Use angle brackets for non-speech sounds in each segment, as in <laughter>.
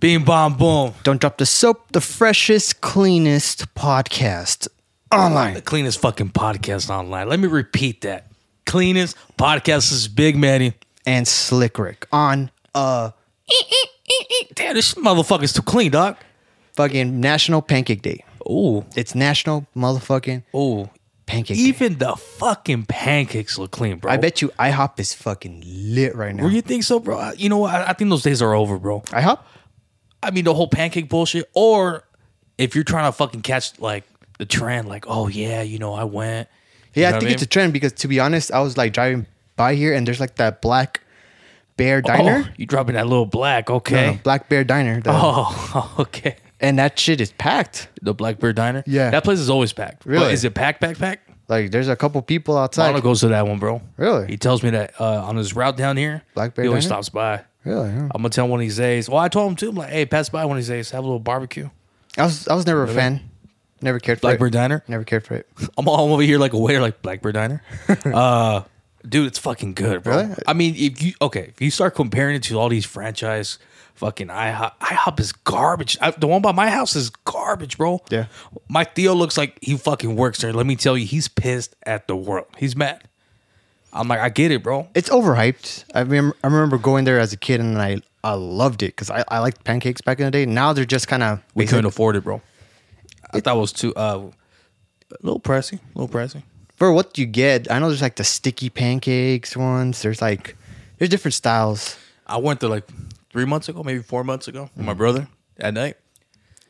Beam bomb boom. Don't drop the soap, the freshest, cleanest podcast online. The cleanest fucking podcast online. Let me repeat that. Cleanest podcast is Big Manny. And Slick Rick on a Damn, this motherfucker's too clean, dog. fucking National Pancake Day. Ooh, It's National motherfucking ooh. Pancake Day. Even the fucking pancakes look clean, bro. I bet you IHOP is fucking lit right now. Well, you think so, bro? I- You know what? I, I think those days are over, bro. IHOP? I mean, the whole pancake bullshit. Or if you're trying to fucking catch like the trend, like, oh yeah, you know, I went. You Yeah, know I what think it's a trend because to be honest, I was like driving by here and there's like that black bear mean? diner. Oh, you dropping that little black? No, Okay. no, black bear diner. the- <laughs> Oh, okay. And that shit is packed. The Blackbird Diner. Yeah. that place is always packed. But Really? is it packed? Packed? Packed? Like there's a couple people outside. Mono goes to that one, bro. Really? He tells me that uh, on his route down here, Black Bear he always Diner? stops by. Really? huh? I'm gonna tell him one of these days. Well, I told him too. I'm like, hey, pass by one of these days, have a little barbecue. I was I was never a fan. Never cared for Blackbird it. Diner. Never cared for it. I'm all over here like a waiter, like Blackbird <laughs> Diner. uh, dude, it's fucking good, bro. Really? I mean, if you okay, if you start comparing it to all these franchise fucking IHOP, IHOP is garbage. I, the one by my house is garbage, bro. Yeah. my Theo looks like he fucking works there. Let me tell you, he's pissed at the world. He's mad. I'm like, I get it, bro. It's overhyped. I remember, I remember going there as a kid and I I loved it because I, I liked pancakes back in the day. Now they're just kind of We couldn't afford it, bro. I thought it was too uh, a little pricey, a little pricey. for what you get. I know there's like the sticky pancakes ones. There's like there's different styles. I went there like three months ago, maybe four months ago, with my Mm. brother at night.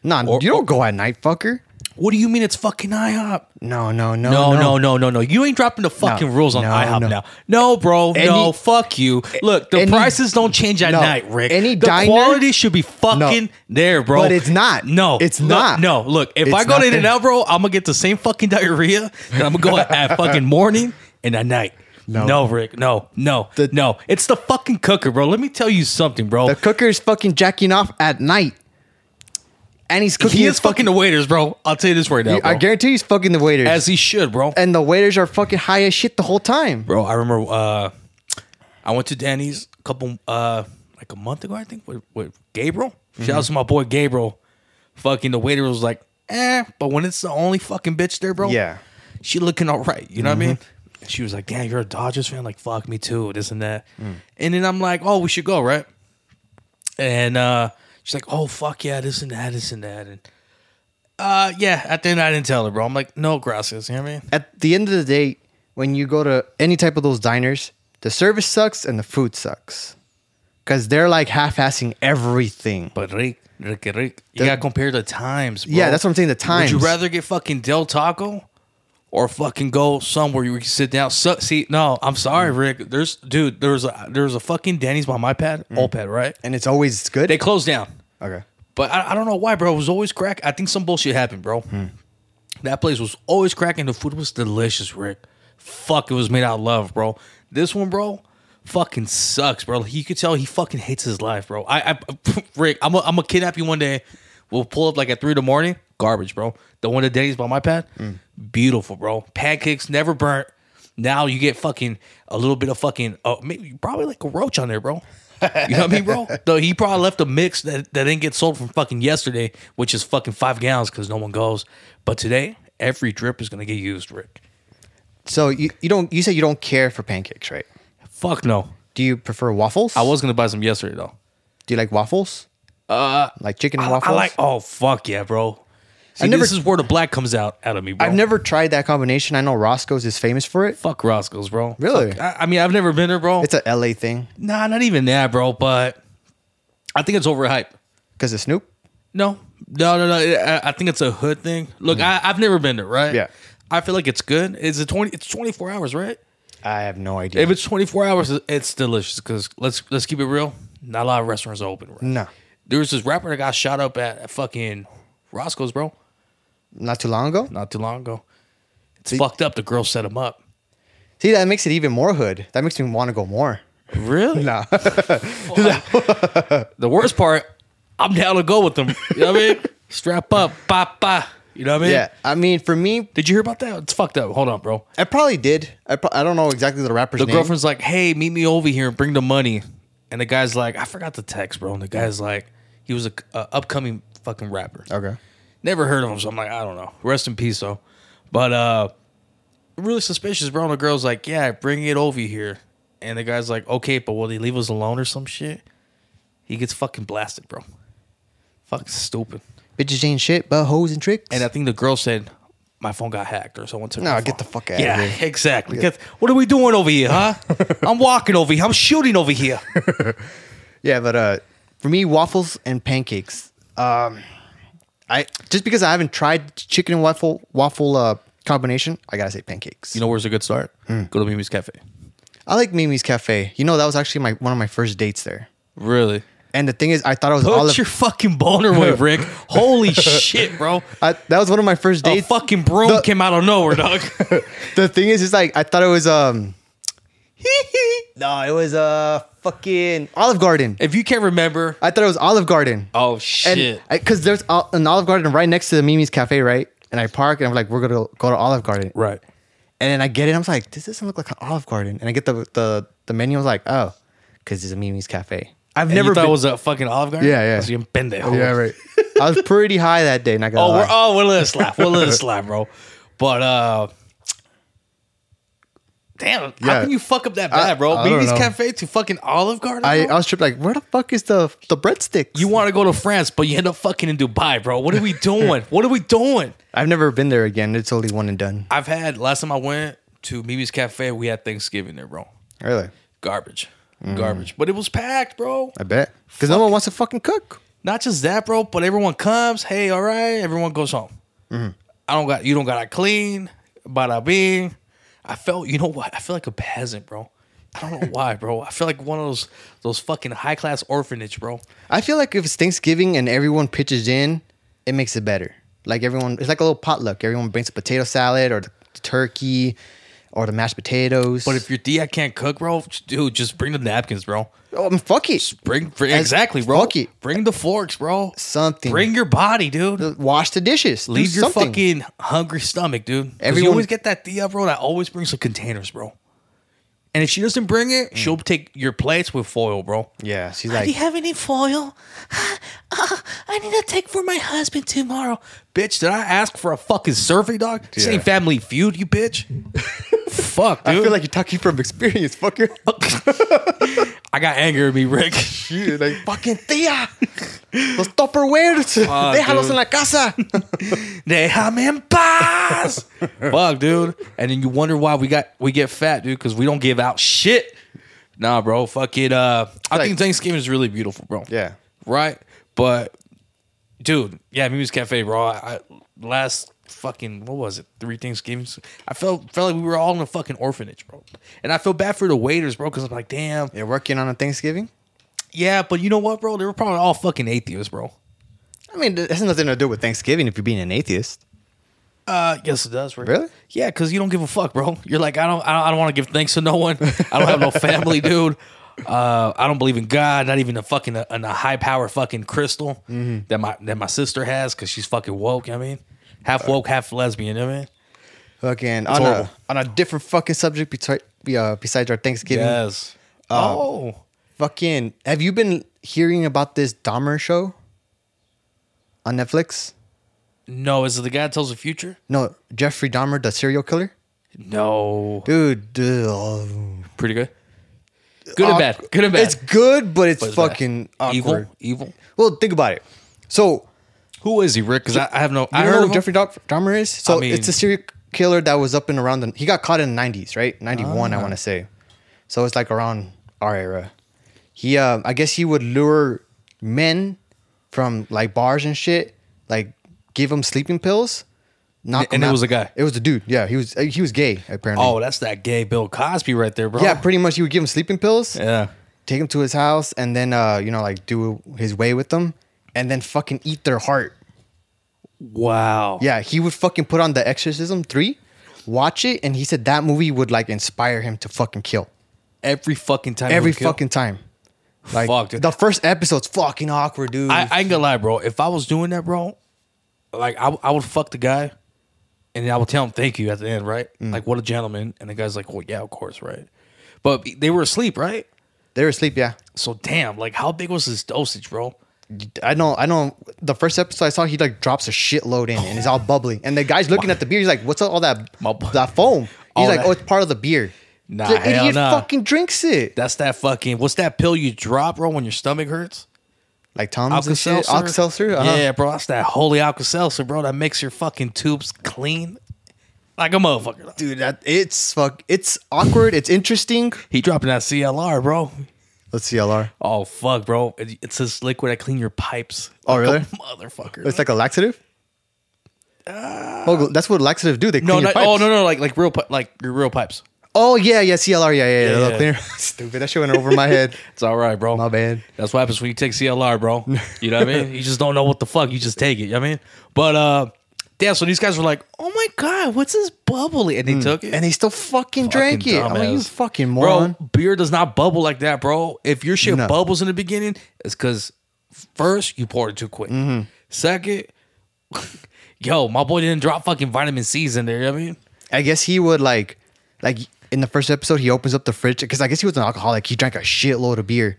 No, Or- you don't go at night, fucker. What do you mean it's fucking IHOP? No, no, no, No, no, no, no, no. You ain't dropping the fucking rules on no, IHOP no. now. No, bro. Any- no, fuck you. Look, the any- prices don't change at no. night, Rick. Any the diner- quality should be fucking No. there, bro. But it's not. No, It's Look, not. No, look. If It's I go not to In and there. Out, bro, I'm gonna get the same fucking <laughs> diarrhea. That I'm gonna go at fucking morning and at night. No. No. Rick. No, no, The- no. It's the fucking cooker, bro. Let me tell you something, bro. The cooker's fucking jacking off at night, and he's cooking. he his is fucking the waiters, bro. I'll tell you this right now, bro. I guarantee he's fucking the waiters, As he should, bro. and the waiters are fucking high as shit the whole time. bro. I remember uh, I went to Danny's a couple uh, like a month ago, I think, with, with Gabriel. Shout out to my boy Gabriel. Fucking the waiter was like, eh, but when it's the only fucking bitch there, bro, Yeah. she looking all right. You know what I mean? She was like, damn, you're a Dodgers fan, like fuck me too, this and that. And then I'm like, oh, we should go, right? And uh, she's like, oh fuck yeah, this and that, this and that, and uh, yeah. At the end, I didn't tell her, bro. I'm like, no, gracias. You know what I mean? At the end of the day, when you go to any type of those diners, the service sucks and the food sucks, because they're like half-assing everything. But Rick, Rick, Rick, you The- gotta compare the times. Bro. Yeah, that's what I'm saying, the times. Would you rather get fucking Del Taco or fucking go somewhere you can sit down? So, see, no, I'm sorry, Mm. Rick. There's dude. There's a there's a fucking Danny's by my pad, Mm. old pad, right? And it's always good. They closed down, okay. but I, I don't know why, bro. It was always crack. I think some bullshit happened, bro. That place was always cracking. The food was delicious, Rick. Fuck, it was made out of love, bro. This one, bro, fucking sucks, bro. You could tell he fucking hates his life, bro. I, <laughs> I Rick, I'm gonna kidnap you one day. We'll pull up like at three in the morning. Garbage, bro. The one that Denny's by my pad, beautiful, bro. Pancakes never burnt. Now you get fucking a little bit of fucking, uh, maybe probably like a roach on there, bro. You know what I mean, <laughs> bro? Though he probably left a mix that, that didn't get sold from fucking yesterday, which is fucking five gallons because no one goes. But today, every drip is gonna get used, Rick. So you, you don't you said you don't care for pancakes, right? Fuck no. Do you prefer waffles? I was gonna buy some yesterday though. Do you like waffles? Uh, like chicken and I, waffles. I like. Oh fuck yeah, bro. See, never- this is where the black comes out out of me, bro. I've never tried that combination. I know Roscoe's is famous for it. fuck Roscoe's, bro. Really? Fuck, I, I mean, I've never been there, bro. It's a LA thing nah, not even that, bro. But I think it's overhyped. because of Snoop. No, no, no, no. I, I think it's a hood thing. Look, I, I've never been there, right? Mm-hmm. Yeah. I feel like it's good. Is it twenty? It's twenty four hours, right? I have no idea. If it's 24 hours, it's delicious. Because let's let's keep it real, not a lot of restaurants are open. Right? no, There was this rapper that got shot up at, at fucking Roscoe's, bro, not too long ago. not too long ago. It's fucked up. The girl set him up. See, that makes it even more hood. That makes me want to go more. Really? Nah. The worst part, I'm down to go with them. You know what <laughs> I mean? Strap up, papa. You know what I mean? <laughs> yeah, I mean, for me, Did you hear about that? It's fucked up. Hold on, bro. I probably did. I, pro- I don't know exactly the rapper's The name. girlfriend's like, "Hey, meet me over here and bring the money." And the guy's like, "I forgot the text, bro." And the guy's like, He was a, a upcoming fucking rapper. Okay. Never heard of him, so I'm like, I don't know. Rest in peace, though. But uh, really suspicious, bro. And the girl's like, yeah, bring it over here. And the guy's like, okay, but will they leave us alone or some shit? He gets fucking blasted, bro. Fucking stupid. Bitches ain't shit, but hoes and uh, tricks. And I think the girl said, my phone got hacked or someone took No, my get phone." the fuck outta yeah, here. <laughs> exactly. Get- What are we doing over here, huh? <laughs> I'm walking over here. I'm shooting over <laughs> here. yeah, but uh, for me, waffles and pancakes. Um, I just because I haven't tried chicken and waffle waffle uh combination, I gotta say pancakes. You know where's a good start? Hmm. Go to Mimi's Cafe. I like Mimi's Cafe. You know that was actually my one of my first dates there. Really? And the thing is, I thought it was Put all of your fucking boner <laughs> away, Rick. Holy shit, bro. I, that was one of my first A dates. fucking broom the- came out of nowhere, <laughs> dog. The thing is, it's like I thought it was um. <laughs> no, it was uh fucking Olive Garden. if you can't remember, I thought it was Olive Garden. oh and shit. because there's o- an Olive Garden right next to the Mimi's Cafe, right? And I park and I'm like, we're gonna go, go to Olive Garden, right. And then I get it, I'm like, this doesn't look like an Olive Garden. And I get the the the menu, I was like, oh, because it's a Mimi's Cafe. I've Never never thought been. it was a fucking Olive Garden. Yeah, yeah. So you pendejo. <laughs> yeah, right. <laughs> I was pretty high that day, not gonna Oh, lie. we're oh, we're letting it slap. We're letting it slap, bro. But uh Damn, how Yeah. can you fuck up that bad, bro? I don't Mimi's know. Cafe to fucking Olive Garden? I, bro? I was tripped like, where the fuck is the the breadsticks? you want to go to France, but you end up fucking in Dubai, bro. What are we <laughs> doing? what are we doing? I've never been there again. It's only one and done. I've had last time I went to Mimi's Cafe, we had Thanksgiving there, bro. Really? Garbage. Mm. Garbage. But it was packed, bro. I bet. Because no one wants to fucking cook. Not just that, bro, but everyone comes, hey, all right, everyone goes home. Mm-hmm. I don't got you don't gotta clean, bada bing. I felt you know what? I feel like a peasant, bro. I don't know why, bro. I feel like one of those those fucking high class orphanage, bro. I feel like if it's Thanksgiving and everyone pitches in, it makes it better. Like everyone, it's like a little potluck. Everyone brings a potato salad or the turkey or the mashed potatoes. But if your DI can't cook, bro, dude, just bring the napkins, bro. oh, um, fuck it, Bring, bring As- exactly, bro. fuck it. Bring the forks, bro. Something. Bring your body, dude. wash the dishes. Do Leave your something. fucking hungry stomach, dude. 'Cause you Everyone- always get that Thea, bro. That always brings some containers, bro. And if she doesn't bring it, she'll take your plates with foil, bro. Yeah, she's Do you Mm. like, have any foil? <gasps> Uh, I need to take for my husband tomorrow. Bitch, did I ask for a fucking survey, dog? This Yeah. ain't family feud, you bitch. <laughs> Fuck, dude. I feel like you're talking from experience, <laughs> fucker. <laughs> I got anger in me, Rick. You're like <laughs> fucking Thea. Los Tupperwares. <laughs> Ah, Déjalos dude. en la casa. <laughs> Déjame en paz. <laughs> Fuck, dude. And then you wonder why we got we get fat, dude, because we don't give out shit. Nah, bro. Fuck it. Uh, I Like- think Thanksgiving is really beautiful, bro. Yeah. Right. But, dude, yeah, Mimi's Cafe, bro. I, I last fucking what was it? Three Thanksgivings. I felt felt like we were all in a fucking orphanage, bro. And I feel bad for the waiters, bro, because I'm like, damn. You're working on a Thanksgiving? Yeah, but you know what, bro? They were probably all fucking atheists, bro. I mean, it has nothing to do with Thanksgiving if you're being an atheist. Uh, yes, it does. Rick. Really? Yeah, because you don't give a fuck, bro. You're like, I don't, I don't, I don't want to give thanks to no one. I don't have no <laughs> family, dude. Uh, I don't believe in God, not even a fucking a, a high power fucking crystal that my that my sister has because she's fucking woke. You know what I mean, half woke, half lesbian. You know what I mean, Fucking on horrible. a, on a different fucking subject besides uh, besides our Thanksgiving. yes. oh, Fucking, have you been hearing about this Dahmer show on Netflix? no, is it the guy that tells the future? No, Jeffrey Dahmer, the serial killer. No, Dude, dude, oh. pretty good. Good and bad. Good and bad. It's good, but it's, But it's bad. fucking awkward. evil. Evil. Well, think about it. So Who is he, Rick? Because I, I have no. You I don't heard know of who him. Jeffrey Dah- Dahmer is? So I mean- it's a serial killer that was up and around the. He got caught in the 90s, right? 91, Ah. I want to say. So it's like around our era. He, uh, I guess he would lure men from like bars and shit, like give them sleeping pills. Knock And 'em it out. was a guy? It was a dude. Yeah, he was uh, he was gay apparently. Oh, that's that gay Bill Cosby right there, bro. yeah, pretty much. He would give him sleeping pills, yeah. take him to his house, and then uh, you know like do his way with them, and then fucking eat their heart. Wow. Yeah, he would fucking put on The Exorcism 3, watch it, and he said that movie would like inspire him to fucking kill. Every fucking time. Every we kill- fucking time. Like Fuck, dude. the first episode's fucking awkward, dude. I, I ain't gonna lie, bro. If I was doing that, bro, like I, I would fuck the guy, and then I would tell him thank you at the end, right? Mm. Like what a gentleman. And the guy's like, well, yeah, of course, right. But they were asleep, right? they were asleep, yeah. So damn, like how big was his dosage, bro? I know, I know. The first episode I saw, he like drops a shitload in, and it's all bubbly. And the guy's looking at the beer. He's like, "What's all that My boy- that foam?" He's All like, that- "Oh, it's part of the beer." Nah, the hell idiot nah. fucking drinks it. That's that fucking. What's that pill you drop, bro, when your stomach hurts? Like Tom's Alka and shit. Seltzer. Alka Seltzer. Uh-huh. Yeah, bro. That's that holy Alka Seltzer, bro. That makes your fucking tubes clean like a motherfucker. dude, that it's fuck. It's awkward. It's interesting. He dropping that CLR, bro. Let's see, LR. Oh fuck, bro! It- It's this liquid that clean your pipes. Oh, Like a really? motherfucker. It's like a laxative. oh, that's what laxative do. They clean Uh, no, your not, pipes. oh no, no, like like real, pi- like your real pipes. Oh yeah, yeah, CLR. Yeah, yeah, yeah. Yeah, they'll yeah. Clean your- <laughs> Stupid. That shit went over my <laughs> head. It's all right, bro. My bad. That's what happens when you take CLR, <laughs> bro. You know what I mean? You just don't know what the fuck. You just take it. You know what I mean? But uh, yeah. So these guys were like, "Oh my god, what's this bubbly?" And they took it. Hmm. And they still fucking drank it. I'm like, you dumbass. fucking moron. Bro, beer does not bubble like that, bro. If your shit No. bubbles in the beginning, it's because first you poured it too quick. Mm-hmm. Second, <laughs> yo, my boy didn't drop fucking vitamin C's in there. You know what I mean, I guess he would like, like in the first episode, he opens up the fridge because I guess he was an alcoholic. He drank a shitload of beer,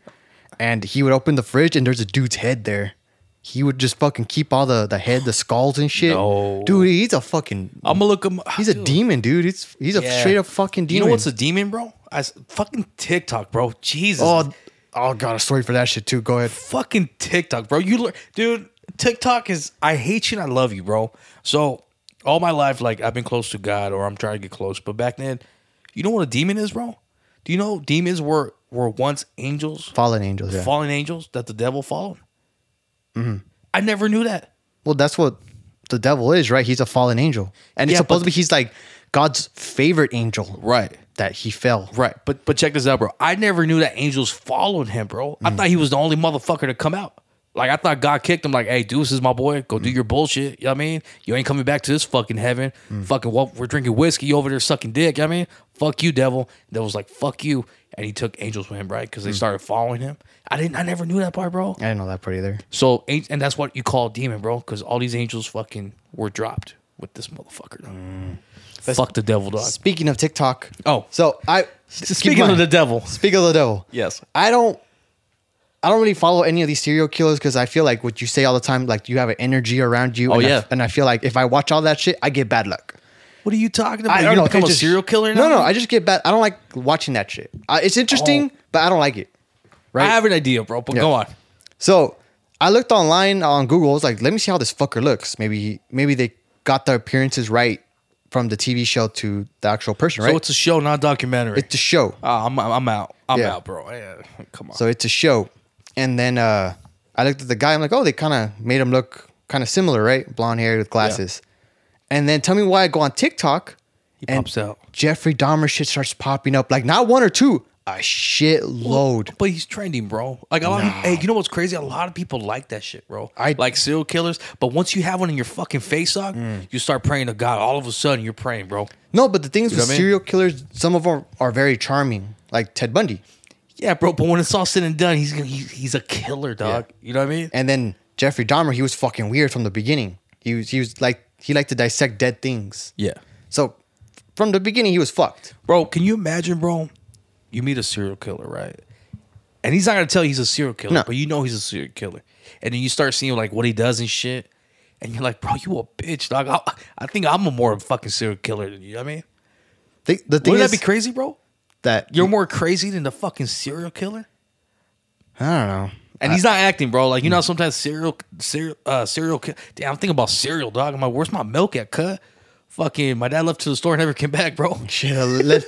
and he would open the fridge and there's a dude's head there. He would just fucking keep all the the head, the skulls and shit. No. Dude, he's a fucking I'm gonna look him. he's a demon, dude. He's he's a Yeah. straight up fucking demon. You know what's a demon, bro? I s- fucking TikTok, bro. Jesus, oh oh god, a story for that shit too. Go ahead. fucking TikTok, bro. You lear- dude, TikTok is I hate you and I love you, bro. So all my life, like I've been close to God or I'm trying to get close. But back then, you know what a demon is, bro? Do you know demons were were once angels, Fallen angels. Yeah. fallen angels that the devil followed? I never knew that. well, that's what the devil is, right? He's a fallen angel, and it's Yeah, but- supposed to be he's like God's favorite angel, Right. That he fell. Right. But but check this out, bro. I never knew that angels followed him, bro. I thought he was the only motherfucker to come out. Like I thought God kicked him like, hey, Deuce is my boy. Go do your bullshit. You know what I mean? You ain't coming back to this fucking heaven. Fucking well, we're drinking whiskey you over there sucking dick. You know what I mean? Fuck you, devil. Devil's like, fuck you. And he took angels with him, right? Because they started following him. I didn't I never knew that part, bro. I didn't know that part either. So an- and that's what you call a demon, bro, because all these angels fucking were dropped with this motherfucker. dog. Fuck the devil dog. Speaking of TikTok. Oh. So I Speaking of the devil. Speaking of the devil. Yes. I don't I don't really follow any of these serial killers because I feel like what you say all the time, like you have an energy around you. Oh, and I- yeah. and I feel like if I watch all that shit, I get bad luck. What are you talking about? I you don't know. become it a just- serial killer now? No, no. I just get bad. I don't like watching that shit. I, it's interesting, Oh. but I don't like it. I have an idea, bro, but go on. So I looked online on Google. I was like, let me see how this fucker looks. Maybe maybe they got the appearances right from the TV show to the actual person, right? So it's a show, not a documentary. it's a show. Ah, I'm, I'm I'm out. I'm Yeah. out, bro. Yeah, come on. So it's a show. And then uh, I looked at the guy. I'm like, oh, they kind of made him look kind of similar, right? Blonde hair with glasses. And then tell me why I go on TikTok. He pops out. Jeffrey Dahmer shit starts popping up. Like not one or two, a shit load. but he's trending, bro. Like a lot of, hey, you know what's crazy? A lot of people like that shit, bro. I- like serial killers, but once you have one in your fucking face, dog, you start praying to God. All of a sudden, you're praying, bro. No, but the things know with what I mean? serial killers, some of them are very charming, like Ted Bundy. Yeah, bro. But when it's all said and done, he's gonna- he, he's a killer, dog. You know what I mean? And then Jeffrey Dahmer, he was fucking weird from the beginning. He was he was like he liked to dissect dead things. yeah, So from the beginning, he was fucked. bro. Can you imagine, bro? You meet a serial killer, right? And he's not gonna tell you he's a serial killer, No. but you know he's a serial killer. And then you start seeing like what he does and shit, and you're like, bro, you a bitch, dog. I, I think I'm a more fucking serial killer than you. You know what I mean, The, the thing wouldn't is that be crazy, bro? that You're more crazy than the fucking serial killer. I Mm. don't know. And he's not acting, bro. Like you know, how sometimes serial, serial, uh, serial. ki- Damn, I'm thinking about cereal, dog. I'm like, where's my milk at, cut? Fucking, my dad left to the store and never came back, bro. Shit, leche.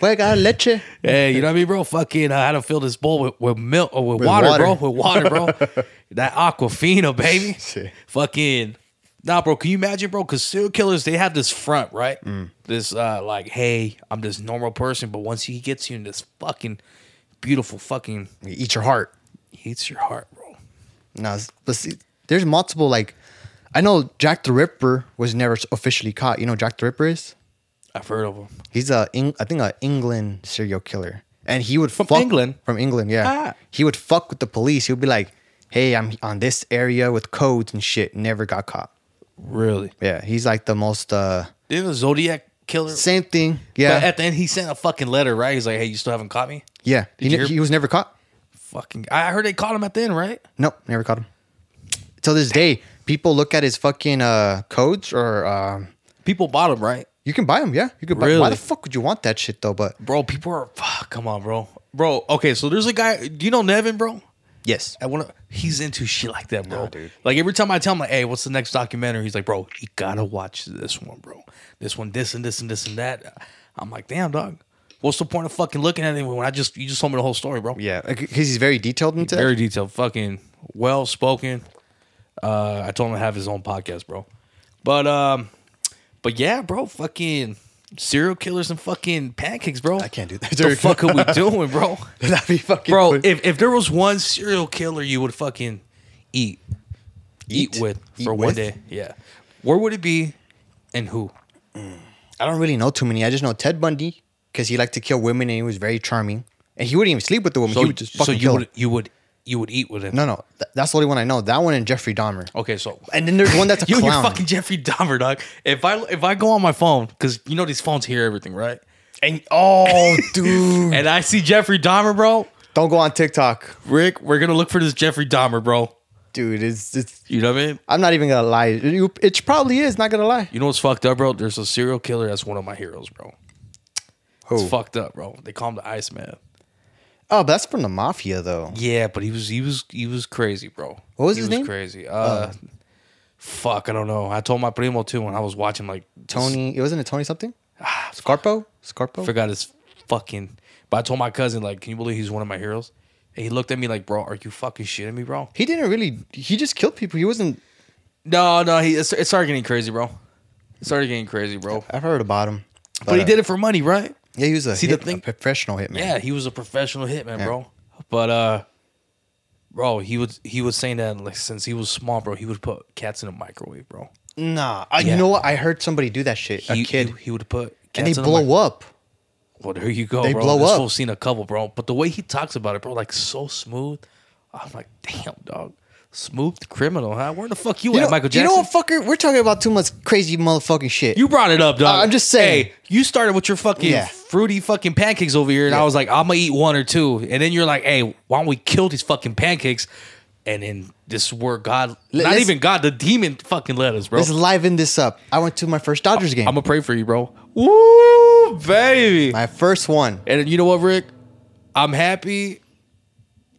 Fuega, leche. Hey, you know what I mean, bro? Fucking, uh, I had to fill this bowl with, with milk or with, With water, water. bro. With water, bro. <laughs> that Aquafina, baby. Shit. Fucking, nah, bro. Can you imagine, bro? Because serial killers, they have this front, right? Mm. This, uh, like, hey, I'm this normal person, but once he gets you in this fucking beautiful fucking, Eat your heart. he eats your heart, bro. No, but see, there's multiple, like, I know Jack the Ripper was never officially caught. You know who Jack the Ripper is? I've heard of him. He's a, Eng- I think, a England serial killer. And he would from England? From England, yeah. Ah. He would fuck with the police. He would be like, hey, I'm on this area with codes and shit. Never got caught. Really? Yeah, he's like the most, uh, Didn't the Zodiac killer? same thing. Yeah. But at the end, he sent a fucking letter, right? He's like, hey, you still haven't caught me? yeah. He, Did you ne- hear- he was never caught. Fucking, I heard they caught him at the end, right? Nope, never caught him. Till this day, people look at his fucking uh, codes or um, People bought him, right? you can buy them. Yeah, you could buy. Why Really? the fuck would you want that shit though? But Bro, people are, fuck, come on, bro. Bro, okay, so there's a guy, do you know Nevin, bro? yes, I want to, he's into shit like that, bro. dude. Like every time I tell him, like, hey, what's the next documentary? He's like, bro, you gotta watch this one, bro. This one, this and this and this and that. I'm like, damn, dog. What's the point of fucking looking at it when I just, you just told me the whole story, bro? yeah, because he's very detailed into. Very detailed, fucking well spoken. Uh, I told him to have his own podcast, bro. But um, but yeah, bro, fucking serial killers and fucking pancakes, bro. I can't do that, The dude. fuck are we <laughs> doing, bro? <laughs> That'd be fucking bro, funny. if if there was one serial killer you would fucking eat, eat, Eat? with Eat for one with? day, yeah, where would it be, and who? I don't really know too many. I just know Ted Bundy because he liked to kill women and he was very charming. And he wouldn't even sleep with the woman. So, he would just so fucking you kill would her. you would you would eat with him? No, no, th- that's the only one I know. That one and Jeffrey Dahmer. Okay, so And then there's one that's a Oh. <laughs> you and your clown. fucking Jeffrey Dahmer, dog. If I if I go on my phone, because you know these phones hear everything, right? and oh, dude, And I see Jeffrey Dahmer, bro. <laughs> don't go on TikTok, Rick, we're gonna look for this Jeffrey Dahmer, bro. dude. It's it's. You know what I mean? I'm not even gonna lie. You- It probably is. Not gonna lie. You know what's fucked up, bro? There's a serial killer that's one of my heroes, bro. It's Who? fucked up, bro. They call him the Iceman. Oh, but that's from the mafia, though. Yeah, but he was he was he was crazy, bro. What was he his was name? Crazy. Uh, fuck, I don't know. I told my primo too when I was watching like Tony. It wasn't it Tony something. <sighs> Scarpo. Scarpo. forgot his fucking. But I told my cousin, like, can you believe he's one of my heroes? And he looked at me like, bro, are you fucking shitting me, bro? He didn't really. He just killed people. He wasn't. No, no, he it started getting crazy, bro. It started getting crazy, bro. I've heard about him. But, he uh, did it for money, right? Yeah, he was a, See, the hit, thing- a professional hitman. Yeah, he was a professional hitman, bro. But uh, bro, he was he was saying that like since he was small, bro, he would put cats in the microwave, bro. Nah. I, Yeah. You know what? I heard somebody do that shit. He, a kid. he, he would put cats and they in the blow microwave. up. Well, there you go. They bro. blow this up. fool's seen a couple, bro. But the way he talks about it, bro, like so smooth. I'm like, damn, dog, smooth criminal, huh? Where the fuck you, You at, know, Michael Jackson? you know what, fucker? We're talking about too much crazy motherfucking shit. You brought it up, dog. Uh, I'm just saying. Hey, you started with your fucking Yeah. fruity fucking pancakes over here, and I Yeah. was like, I'm gonna eat one or two, and then you're like, Hey, why don't we kill these fucking pancakes? And then this word God, not let's- even God, the demon fucking let us, bro. Let's I'm liven this up. I went to my first Dodgers game. gonna pray for you, bro. Woo, baby. my first one. And you know what, Rick? I'm happy.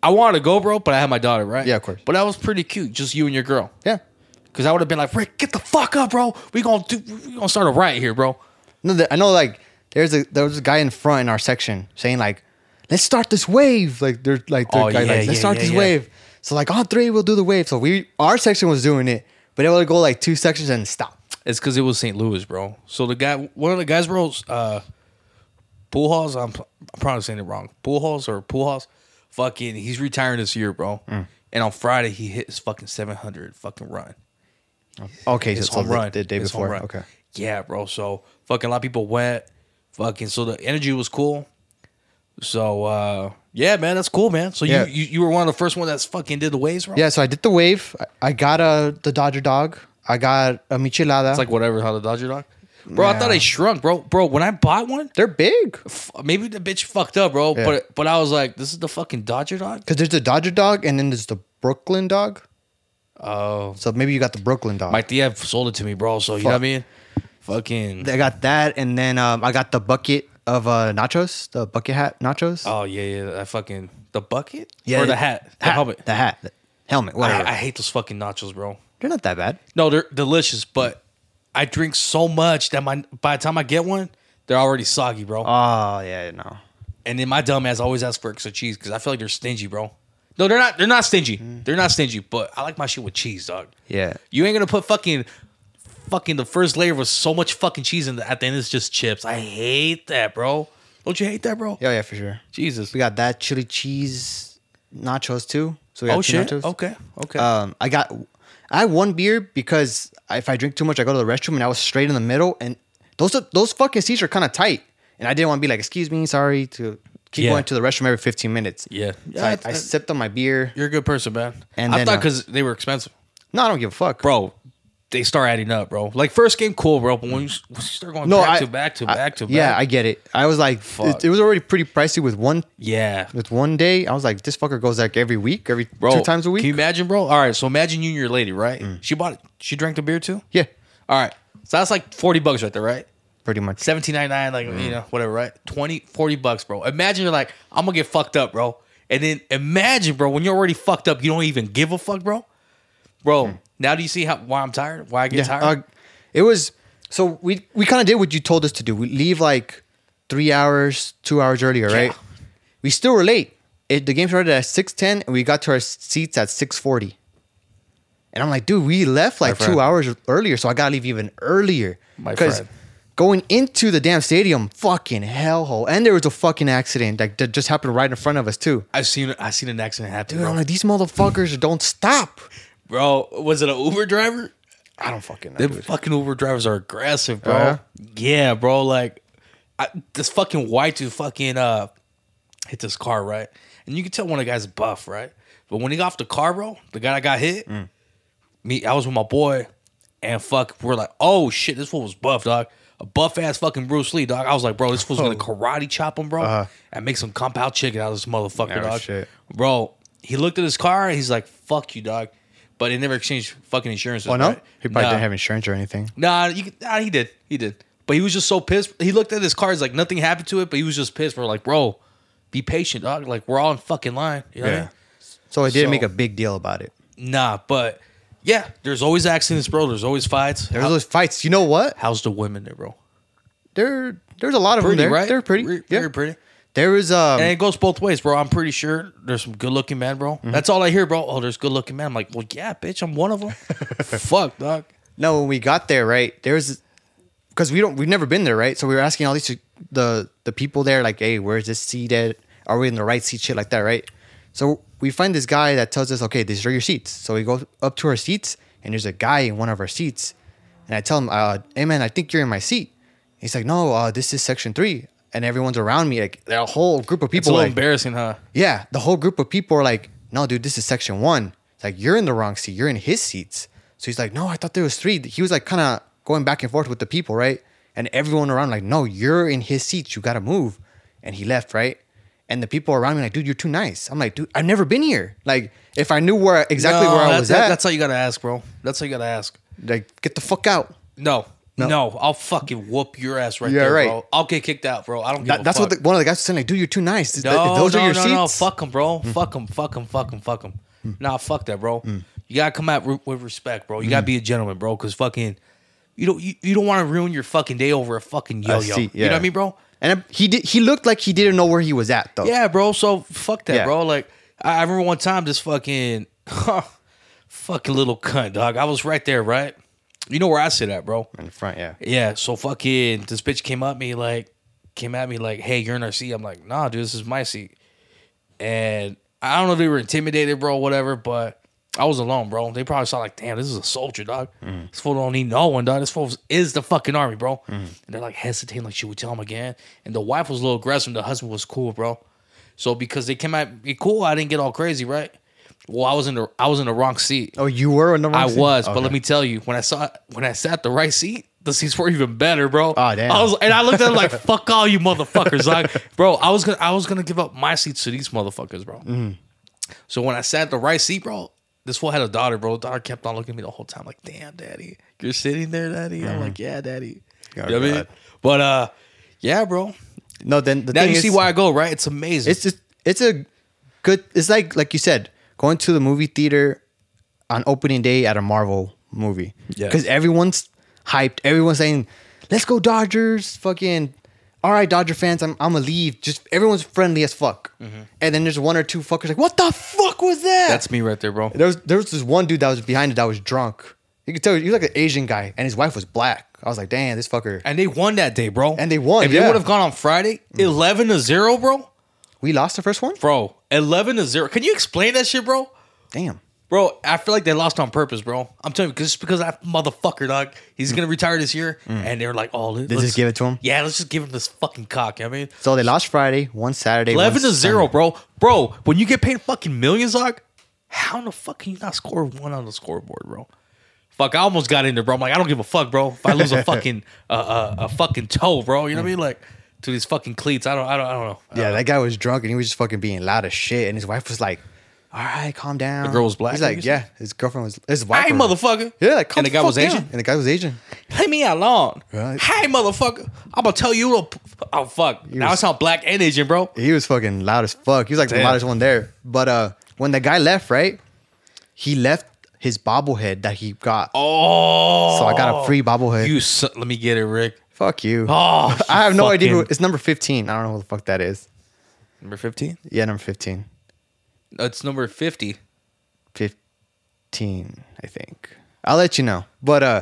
I wanted to go, bro, but I had my daughter, right? Yeah, of course. But that was pretty cute, just you and your girl. Yeah. Cause I would have been like, Rick, get the fuck up, bro. We gonna do, we gonna start a riot here, bro. No, the, I know. Like, there's a there was a guy in front in our section saying like, "Let's start this wave." Like, there's like the Oh, guy yeah, like, "Let's yeah, start yeah, this yeah. wave." So like, on three, we'll do the wave. So we our section was doing it, but it would go like two sections and stop. It's because it was St. Louis, bro. So the guy, one of the guys, bro, uh, Pujols. I'm, I'm probably saying it wrong. Pujols or Pujols. Fucking, he's retiring this year, bro. And on Friday, he hit his fucking 700 fucking run. Okay, His so home the, run the day His home before. run. Okay. Yeah, bro. So fucking a lot of people went. Fucking, so the energy was cool. So uh yeah, man, that's cool, man. So Yeah. you, you you were one of the first one that's fucking did the waves, bro. Yeah, so I did the wave. I, I got a the Dodger dog. I got a michelada. it's like whatever how the Dodger dog. Bro, I thought Yeah. they shrunk, bro. Bro, when I bought one, they're big. f- maybe the bitch fucked up, bro. Yeah. But but I was like, this is the fucking Dodger dog. Because there's the Dodger dog and then there's the Brooklyn dog. Oh, So maybe you got the Brooklyn dog. my tia sold it to me, bro. So you know what I Fuck. mean? Fucking. I got that, and then um, I got the bucket of uh, nachos, the bucket hat nachos. Oh yeah, yeah. That fucking the bucket Yeah, or the it- hat, the hat, helmet. Ah, the hat, the helmet, whatever. I, I hate those fucking nachos, bro. they're not that bad. No, they're delicious, but I drink so much that my by the time I get one, they're already soggy, bro. Oh yeah, no. and then my dumb ass always asks for extra cheese because I feel like they're stingy, bro. No, they're not. They're not stingy. They're not stingy. But I like my shit with cheese, dog. Mm. Yeah. You ain't gonna put fucking, fucking the first layer with so much fucking cheese, and at the end it's just chips. I hate that, bro. Don't you hate that, bro? Oh, Yeah, yeah, for sure. Jesus. We got that chili cheese nachos too. So we got Oh two shit. nachos. Okay. Okay. Um, I got, I had one beer because if I drink too much, I go to the restroom, and I was straight in the middle, and those those fucking seats are kind of tight, and I didn't want to be like, excuse me, sorry, to keep Yeah. going to the restroom every fifteen minutes. yeah. So I, I sipped on my beer. you're a good person, man. And I then, thought uh, because they were expensive, No, I don't give a fuck, bro. they start adding up, bro. Like first game, cool, bro. But when you, when you start going No, back I- to back to I- back to back, Yeah, I get it. I was like, Fuck. it, it was already pretty pricey with one yeah, with one day. I was like, this fucker goes like every week, every bro. two times a week. Mm. Can you imagine, bro? All right, so imagine you and your lady, right? She bought it. She drank the beer too. yeah, All right, so that's like forty bucks right there, right? pretty much. Seventeen ninety nine, like Mm. you know, whatever, right? 20, 40 bucks, bro. Imagine you're like, I'm gonna get fucked up, bro. And then imagine, bro, when you're already fucked up, you don't even give a fuck, bro. Bro, now do you see how why I'm tired? Why I get Mm. Yeah, tired? uh, it was. So we we kind of did what you told us to do. We leave like three hours, two hours earlier, right? We still were late. It, the game started at six ten, and we got to our seats at six forty. And I'm like, dude, we left like friend. two hours earlier, so I gotta leave even earlier. My friend. going into the damn stadium, fucking hellhole, and there was a fucking accident like, that just happened right in front of us too. I've seen I've seen an accident happen, Dude, I'm bro. like, these motherfuckers don't stop. Bro, was it an Uber driver? I don't fucking know. Them dude. fucking Uber drivers are aggressive, bro. Oh, yeah, bro. Like I, this fucking white dude fucking uh hit this car, right? And you can tell when a guy's buff, right? But when he got off the car, bro, the guy that got hit, Mm. me, I was with my boy, and fuck, we're like, oh shit, this fool was buff, dog. A buff ass fucking Bruce Lee, dog. I was like, bro, this fool's Oh. gonna karate chop him, bro, and make some compound chicken out of this motherfucker, Oh, dog. Uh-huh. shit. Bro, he looked at his car and he's like, fuck you, dog. But they never exchanged fucking insurance. Oh no, he probably didn't have insurance or anything. Nah, you, could- nah, he did. He did. But he was just so pissed. He looked at his car. He's like, nothing happened to it, but he was just pissed. We're like, bro, be patient, dog. Like, we're all in fucking line. You know what I mean? So I didn't So- make a big deal about it. Nah, but yeah, there's always accidents, bro. There's always fights. There's How- those fights. You know what? how's the women there, bro? There, there's a lot of Pretty, them there. right? They're pretty. Re- yeah. Very pretty. There was And um. it goes both ways, bro. I'm pretty sure there's some good looking men, bro. Mm-hmm. That's all I hear, bro. Oh, there's good looking men. I'm like, well, yeah, bitch, I'm one of <laughs> them. Fuck, dog. No, when we got there, right? There was, because we don't, we've never been there, right? So we were asking all these the the people there, like, hey, where's this seat at? Are we in the right seat? Shit like that, right? So we find this guy that tells us, okay, these are your seats. So we go up to our seats, and there's a guy in one of our seats, and I tell him, uh, hey man, I think you're in my seat. He's like, no, uh, this is section three, and everyone's around me, like a whole group of It's a people. little like, embarrassing, huh? Yeah, the whole group of people are like, "No, dude, this is section one. It's like you're in the wrong seat. You're in his seats." So he's like, "No, I thought there was three. He was like, kind of going back and forth with the people, right? And everyone around like, "No, you're in his seats. You gotta move." And he left, right? And the people around me like, "Dude, you're too nice." I'm like, "Dude, I've never been here. Like, if I knew where exactly No, where I that- was that- at, That's how you gotta ask, bro. That's how you gotta ask. like, get the fuck out." No, no, No. I'll fucking whoop your ass right Yeah, there, right. bro. I'll get kicked out, bro. I don't. Give That, a that's fuck. what the, one of the guys was saying. Like, "Dude, you're too nice. Th- No, Those no, are your no, seats." Hmm. no. Fuck them, bro. Fuck them. Fuck them. Fuck them. Fuck them. Nah, fuck that, bro. You gotta come out re- with respect, bro. You Hmm. gotta be a gentleman, bro. Cause fucking, you don't you, you don't want to ruin your fucking day over a fucking yo A yo. seat, You know yeah. what I mean, bro? And I- he did. He looked like he didn't know where he was at, though. Yeah, bro. So fuck that, Yeah. bro. Like I, I remember one time this fucking <laughs> fucking little cunt, dog. I was right there, right? You know where I sit at, bro. in front. Yeah. Yeah, so fucking this bitch came at me like came at me like, hey, you're in our seat. I'm like, nah, dude, this is my seat. And I don't know if they were intimidated, bro, whatever, but I was alone, bro. They probably saw like, damn, this is a soldier, dog. This fool don't need no one, dog. This fool is the fucking army, bro. And they're like hesitating, like, should we tell him again? And the wife was a little aggressive, the husband was cool, bro. So because they came at me cool, I didn't get all crazy, right? Well, I was in the I was in the wrong seat. Oh, you were in the wrong I seat? was, but Okay. let me tell you, when I saw when I sat the right seat, the seats were even better, bro. Aw, Oh, damn. I was, and I looked at them <laughs> like, "Fuck all you motherfuckers!" Like, bro, I was gonna I was gonna give up my seats to these motherfuckers, bro. Mm-hmm. So when I sat the right seat, bro, this fool had a daughter, bro. Daughter kept on looking at me the whole time, like, "Damn, daddy, you're sitting there, daddy." I'm like, "Yeah, daddy." You know what I mean? Mm-hmm. Oh, God. But uh, yeah, bro. No, then the Now thing you is, see why I go, right? It's amazing. it's just it's a good. It's like like you said, going to the movie theater on opening day at a Marvel movie. Yeah. because everyone's hyped. Everyone's saying, "Let's go Dodgers!" Fucking. All right, Dodger fans, I'm I'm gonna leave. Just everyone's friendly as fuck, and then there's one or two fuckers like, "What the fuck was that?" Mm-hmm. That's me right there, bro. There was there was this one dude that was behind it that was drunk. You could tell he was like an Asian guy, and his wife was black. I was like, "Damn, this fucker." And they won that day, bro. And they won, If they yeah. Mm-hmm. would have gone on Friday, eleven to zero, bro. We lost the first one. Bro, 11 to 0. Can you explain that shit, bro? Damn. Bro, I feel like they lost on purpose, bro. I'm telling you, cause just because that motherfucker, dog, he's gonna retire this year, and they're like, "Oh, let's, Mm. just give it to him? Yeah, let's just give him this fucking cock. I mean, So they lost Friday, one Saturday, one eleven to zero, Sunday. bro. Bro, when you get paid fucking millions, dog, how in the fuck can you not score one on the scoreboard, bro? Fuck, I almost got in there, bro. I'm like, I don't give a fuck, bro. If I lose <laughs> a fucking uh, uh, a fucking toe, bro, you know what I mean? Like to these fucking cleats, I don't, I don't, I don't know. Mm. Yeah, that guy was drunk and he was just fucking being loud as shit. And his wife was like, "All right, calm down." The girl was black, He's you like, said? "Yeah." His girlfriend was his wife. Hey, was- motherfucker. Yeah, like, calm And the guy fuck was down. Asian. And the guy was Asian. Leave me alone. Right. Hey, motherfucker. I'm gonna tell you. To, oh fuck. now was- I sound black and Asian, bro. He was fucking loud as fuck. He was like the Damn. loudest one there. But uh, when the guy left, right, he left his bobblehead that he got. Oh. So I got a free bobblehead. You. Son, let me get it, Rick. fuck you. <laughs> Oh. I have no idea. Who, fucking- it's number fifteen. I don't know who the fuck that is. Number fifteen. Yeah, number fifteen. It's number fifty. 15 i think i'll let you know but uh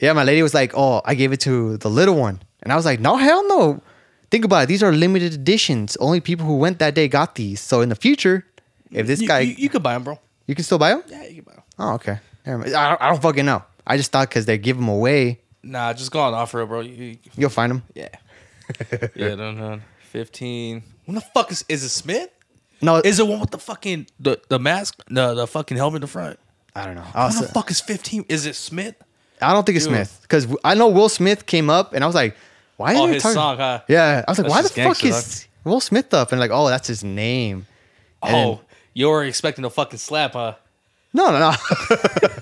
yeah my lady was like oh i gave it to the little one and i was like no hell no think about it these are limited editions only people who went that day got these so in the future if this you, guy You, you, you could buy them, bro. can still buy them Yeah, you could buy them. oh okay Never mind. I, don't, I don't fucking know i just thought because they give them away Nah, just go on offer it, bro. You, you- you'll find them yeah. <laughs> yeah. No, no. Fifteen. When the fuck is is it Smith? no Is it one with the fucking the, the mask? No, the fucking helmet in the front. i don't know When Also, the fuck is fifteen? Is it Smith? i don't think it's Dude. smith because i know will smith came up and i was like why Oh, are they his talking song, huh? yeah i was like That's why the just fuck gangsta, is will smith up and like oh that's his name And then- Oh, you were expecting a fucking slap, huh? No, no, <laughs> no.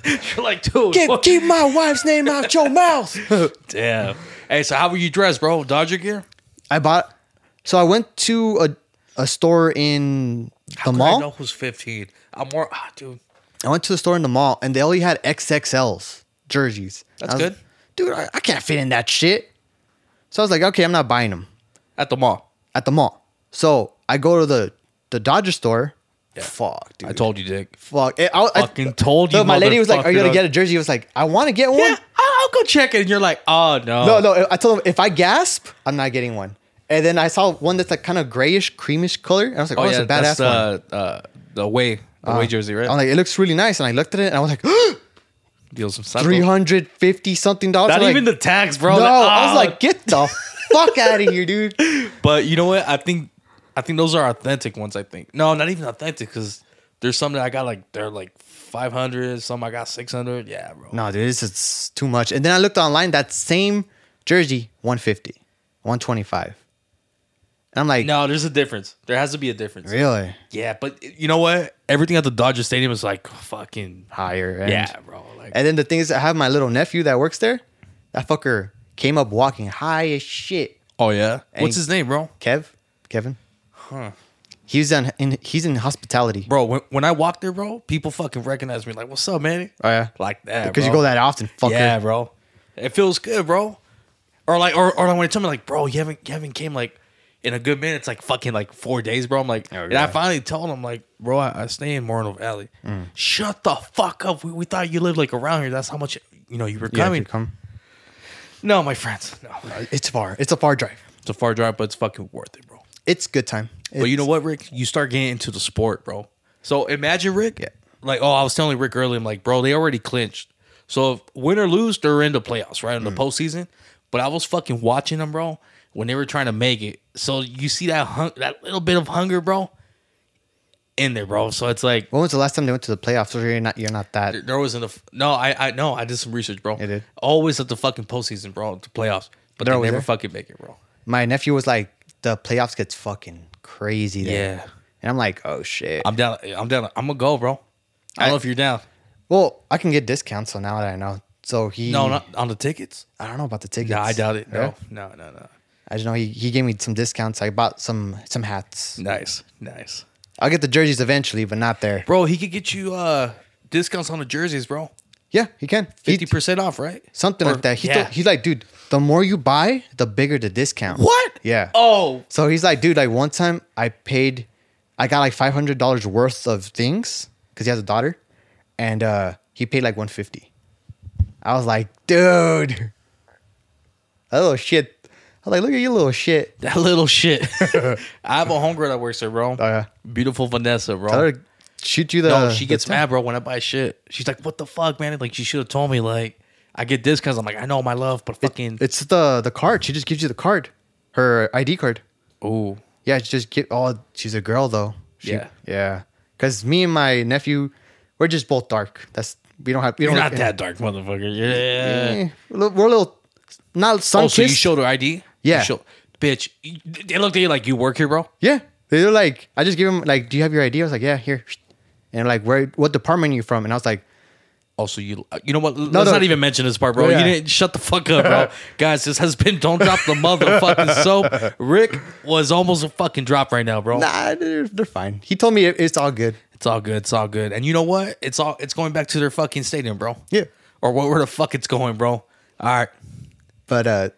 You're like, dude. what- my wife's name out your mouth. Damn. Hey, so how were you dressed, bro? Dodger gear? <laughs> I bought. So I went to a, a store in the How could I know mall. who's 15. I'm more, ah, dude. I, went to the store in the mall, and they only had XXLs jerseys. That's I was- good. dude. I, I can't fit in that shit. So I was like, okay, I'm not buying them At the mall. at the mall. So I go to the the Dodger store. Yeah. Fuck, dude. I told you, Dick. Fuck. It- I, I- Fucking told you, Look, my lady was like, "Are you motherfucker. gonna get a jersey?" I was like, "I want to get one." Yeah, I'll, I'll go check it. And you're like, oh, no. No, no. I told him if I gasp, I'm not getting one. And then I saw one that's like kind of grayish, creamish color. And I was like, oh, Oh, it's yeah, a badass that's one. Uh, uh, uh, the way, the way jersey, right? I'm like, it looks really nice. And I looked at it and I was like, <gasps> Deal some stuff. 350 something dollars. Not I'm like, even the tags, bro. No, Like, I ah. was like, get the <laughs> fuck out of here, dude. But you know what? I think I think those are authentic ones. I think no, not even authentic because there's some that I got like they're like 500, some I got 600. Yeah, bro. No, dude, this is too much. And then I looked online, that same jersey, 150, 125. And I'm like, No, there's a difference. There has to be a difference. really? Yeah, but you know what? Everything at the Dodger Stadium is like fucking Higher. End. yeah, bro. Like And then the thing is, I have my little nephew that works there. That fucker came up walking high as shit. oh yeah. What's Hey. his name, bro? Kev, Kevin. He's on. In, he's in hospitality. Bro, when, when I walk there, bro, people fucking recognize me. Like, what's up, man? Oh, yeah? like that. Because you bro. go that often, fucker. Yeah, bro. It feels good, bro. Or like, or, or like when they tell me like, bro, you haven't you haven't came like in a good minute. It's like fucking like four days, bro. I'm like, and I Oh, yeah. Mm. finally told him like, bro, I, I stay in Moreno Valley. Shut the fuck up. We, we thought you lived like around here. That's how much you know you were Yeah, if coming. you come. no, my friends, no. It's far. It's a far drive. It's a far drive, but it's fucking worth it, bro. It's good time. But you know what, Rick? You start getting into the sport, bro. So imagine Rick. Yeah. Like, oh, I was telling Rick earlier, I'm like, bro, they already clinched. So if win or lose, they're in the playoffs, right? In Mm. the postseason. But I was fucking watching them, bro, when they were trying to make it. So you see that hung- that little bit of hunger, bro, in there, bro. So it's like When was the last time they went to the playoffs? Or you're not. You're not that. there was in the no, I I no, I did some research, bro. You did? Always at the fucking postseason, bro, the playoffs. But They're they always never there? fucking make it, bro. My nephew was like, the playoffs gets fucking crazy. There. Yeah. And I'm like, oh shit. I'm down. I'm down. I'm gonna go, bro. I don't know if you're down. well, I can get discounts. So now that I know. So he. No, not on the tickets. I don't know about the tickets. No, I doubt it. No, Yeah? no, no, no. I just know he, he gave me some discounts. I bought some some hats. Nice, nice, I'll get the jerseys eventually, but not there. bro. He could get you uh discounts on the jerseys, bro. Yeah, he can. He- Fifty percent off, right? something Or- like that. He yeah. told- he's like, dude, the more you buy, the bigger the discount. What? Yeah. Oh, So he's like, dude, like one time I paid, I got like five hundred dollars worth of things because he has a daughter, and uh he paid like one fifty. I was like, dude, that little shit. I was like, look at you, little shit. <laughs> that little shit. Oh, I have a homegirl that works there, bro. yeah. Beautiful Vanessa, bro. Tell her to shoot you the. no, she gets the mad, bro, when I buy shit. She's like, "What the fuck, man? Like, she should have told me. Like, I get discounts. I'm like, I know my love, but fucking, It's the the card. She just gives you the card, her ID card. ooh, Yeah, she just get. Oh, she's a girl though. She- Yeah. yeah. Because me and my nephew, we're just both dark. That's we don't have. We You're don't not that dark, motherfucker. Yeah. Eh, we're a little- we're a little not sun Oh, so you kissed. showed her ID? Yeah. You show- bitch, you- they looked at you like you work here, bro. yeah, they were like, I just gave them like, do you have your ID? I was like, yeah, here. And like, where? What department are you from? And I was like, Also, you uh, you know what? Let's no. not even mention this part, bro. Yeah. You didn't shut the fuck up, <laughs> bro. Guys, this has been don't drop the motherfucking soap. Rick was almost a fucking drop right now, bro. nah, they're, they're fine. He told me it- it's all good. It's all good. It's all good. And you know what? It's all it's going back to their fucking stadium, bro. Yeah. Or where, where the fuck it's going, bro. All right. But uh,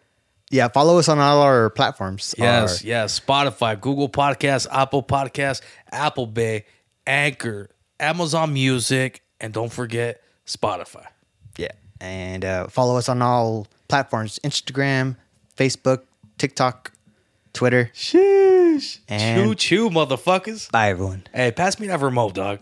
yeah, follow us on all our platforms. Yes, Our- yes. Spotify, Google Podcasts, Apple Podcasts, Apple Bay, Anchor, Amazon Music, and don't forget Spotify. yeah, and uh, follow us on all platforms: Instagram, Facebook, TikTok, Twitter. Sheesh. choo And- choo, motherfuckers. Bye, everyone. Hey, pass me that remote, dog.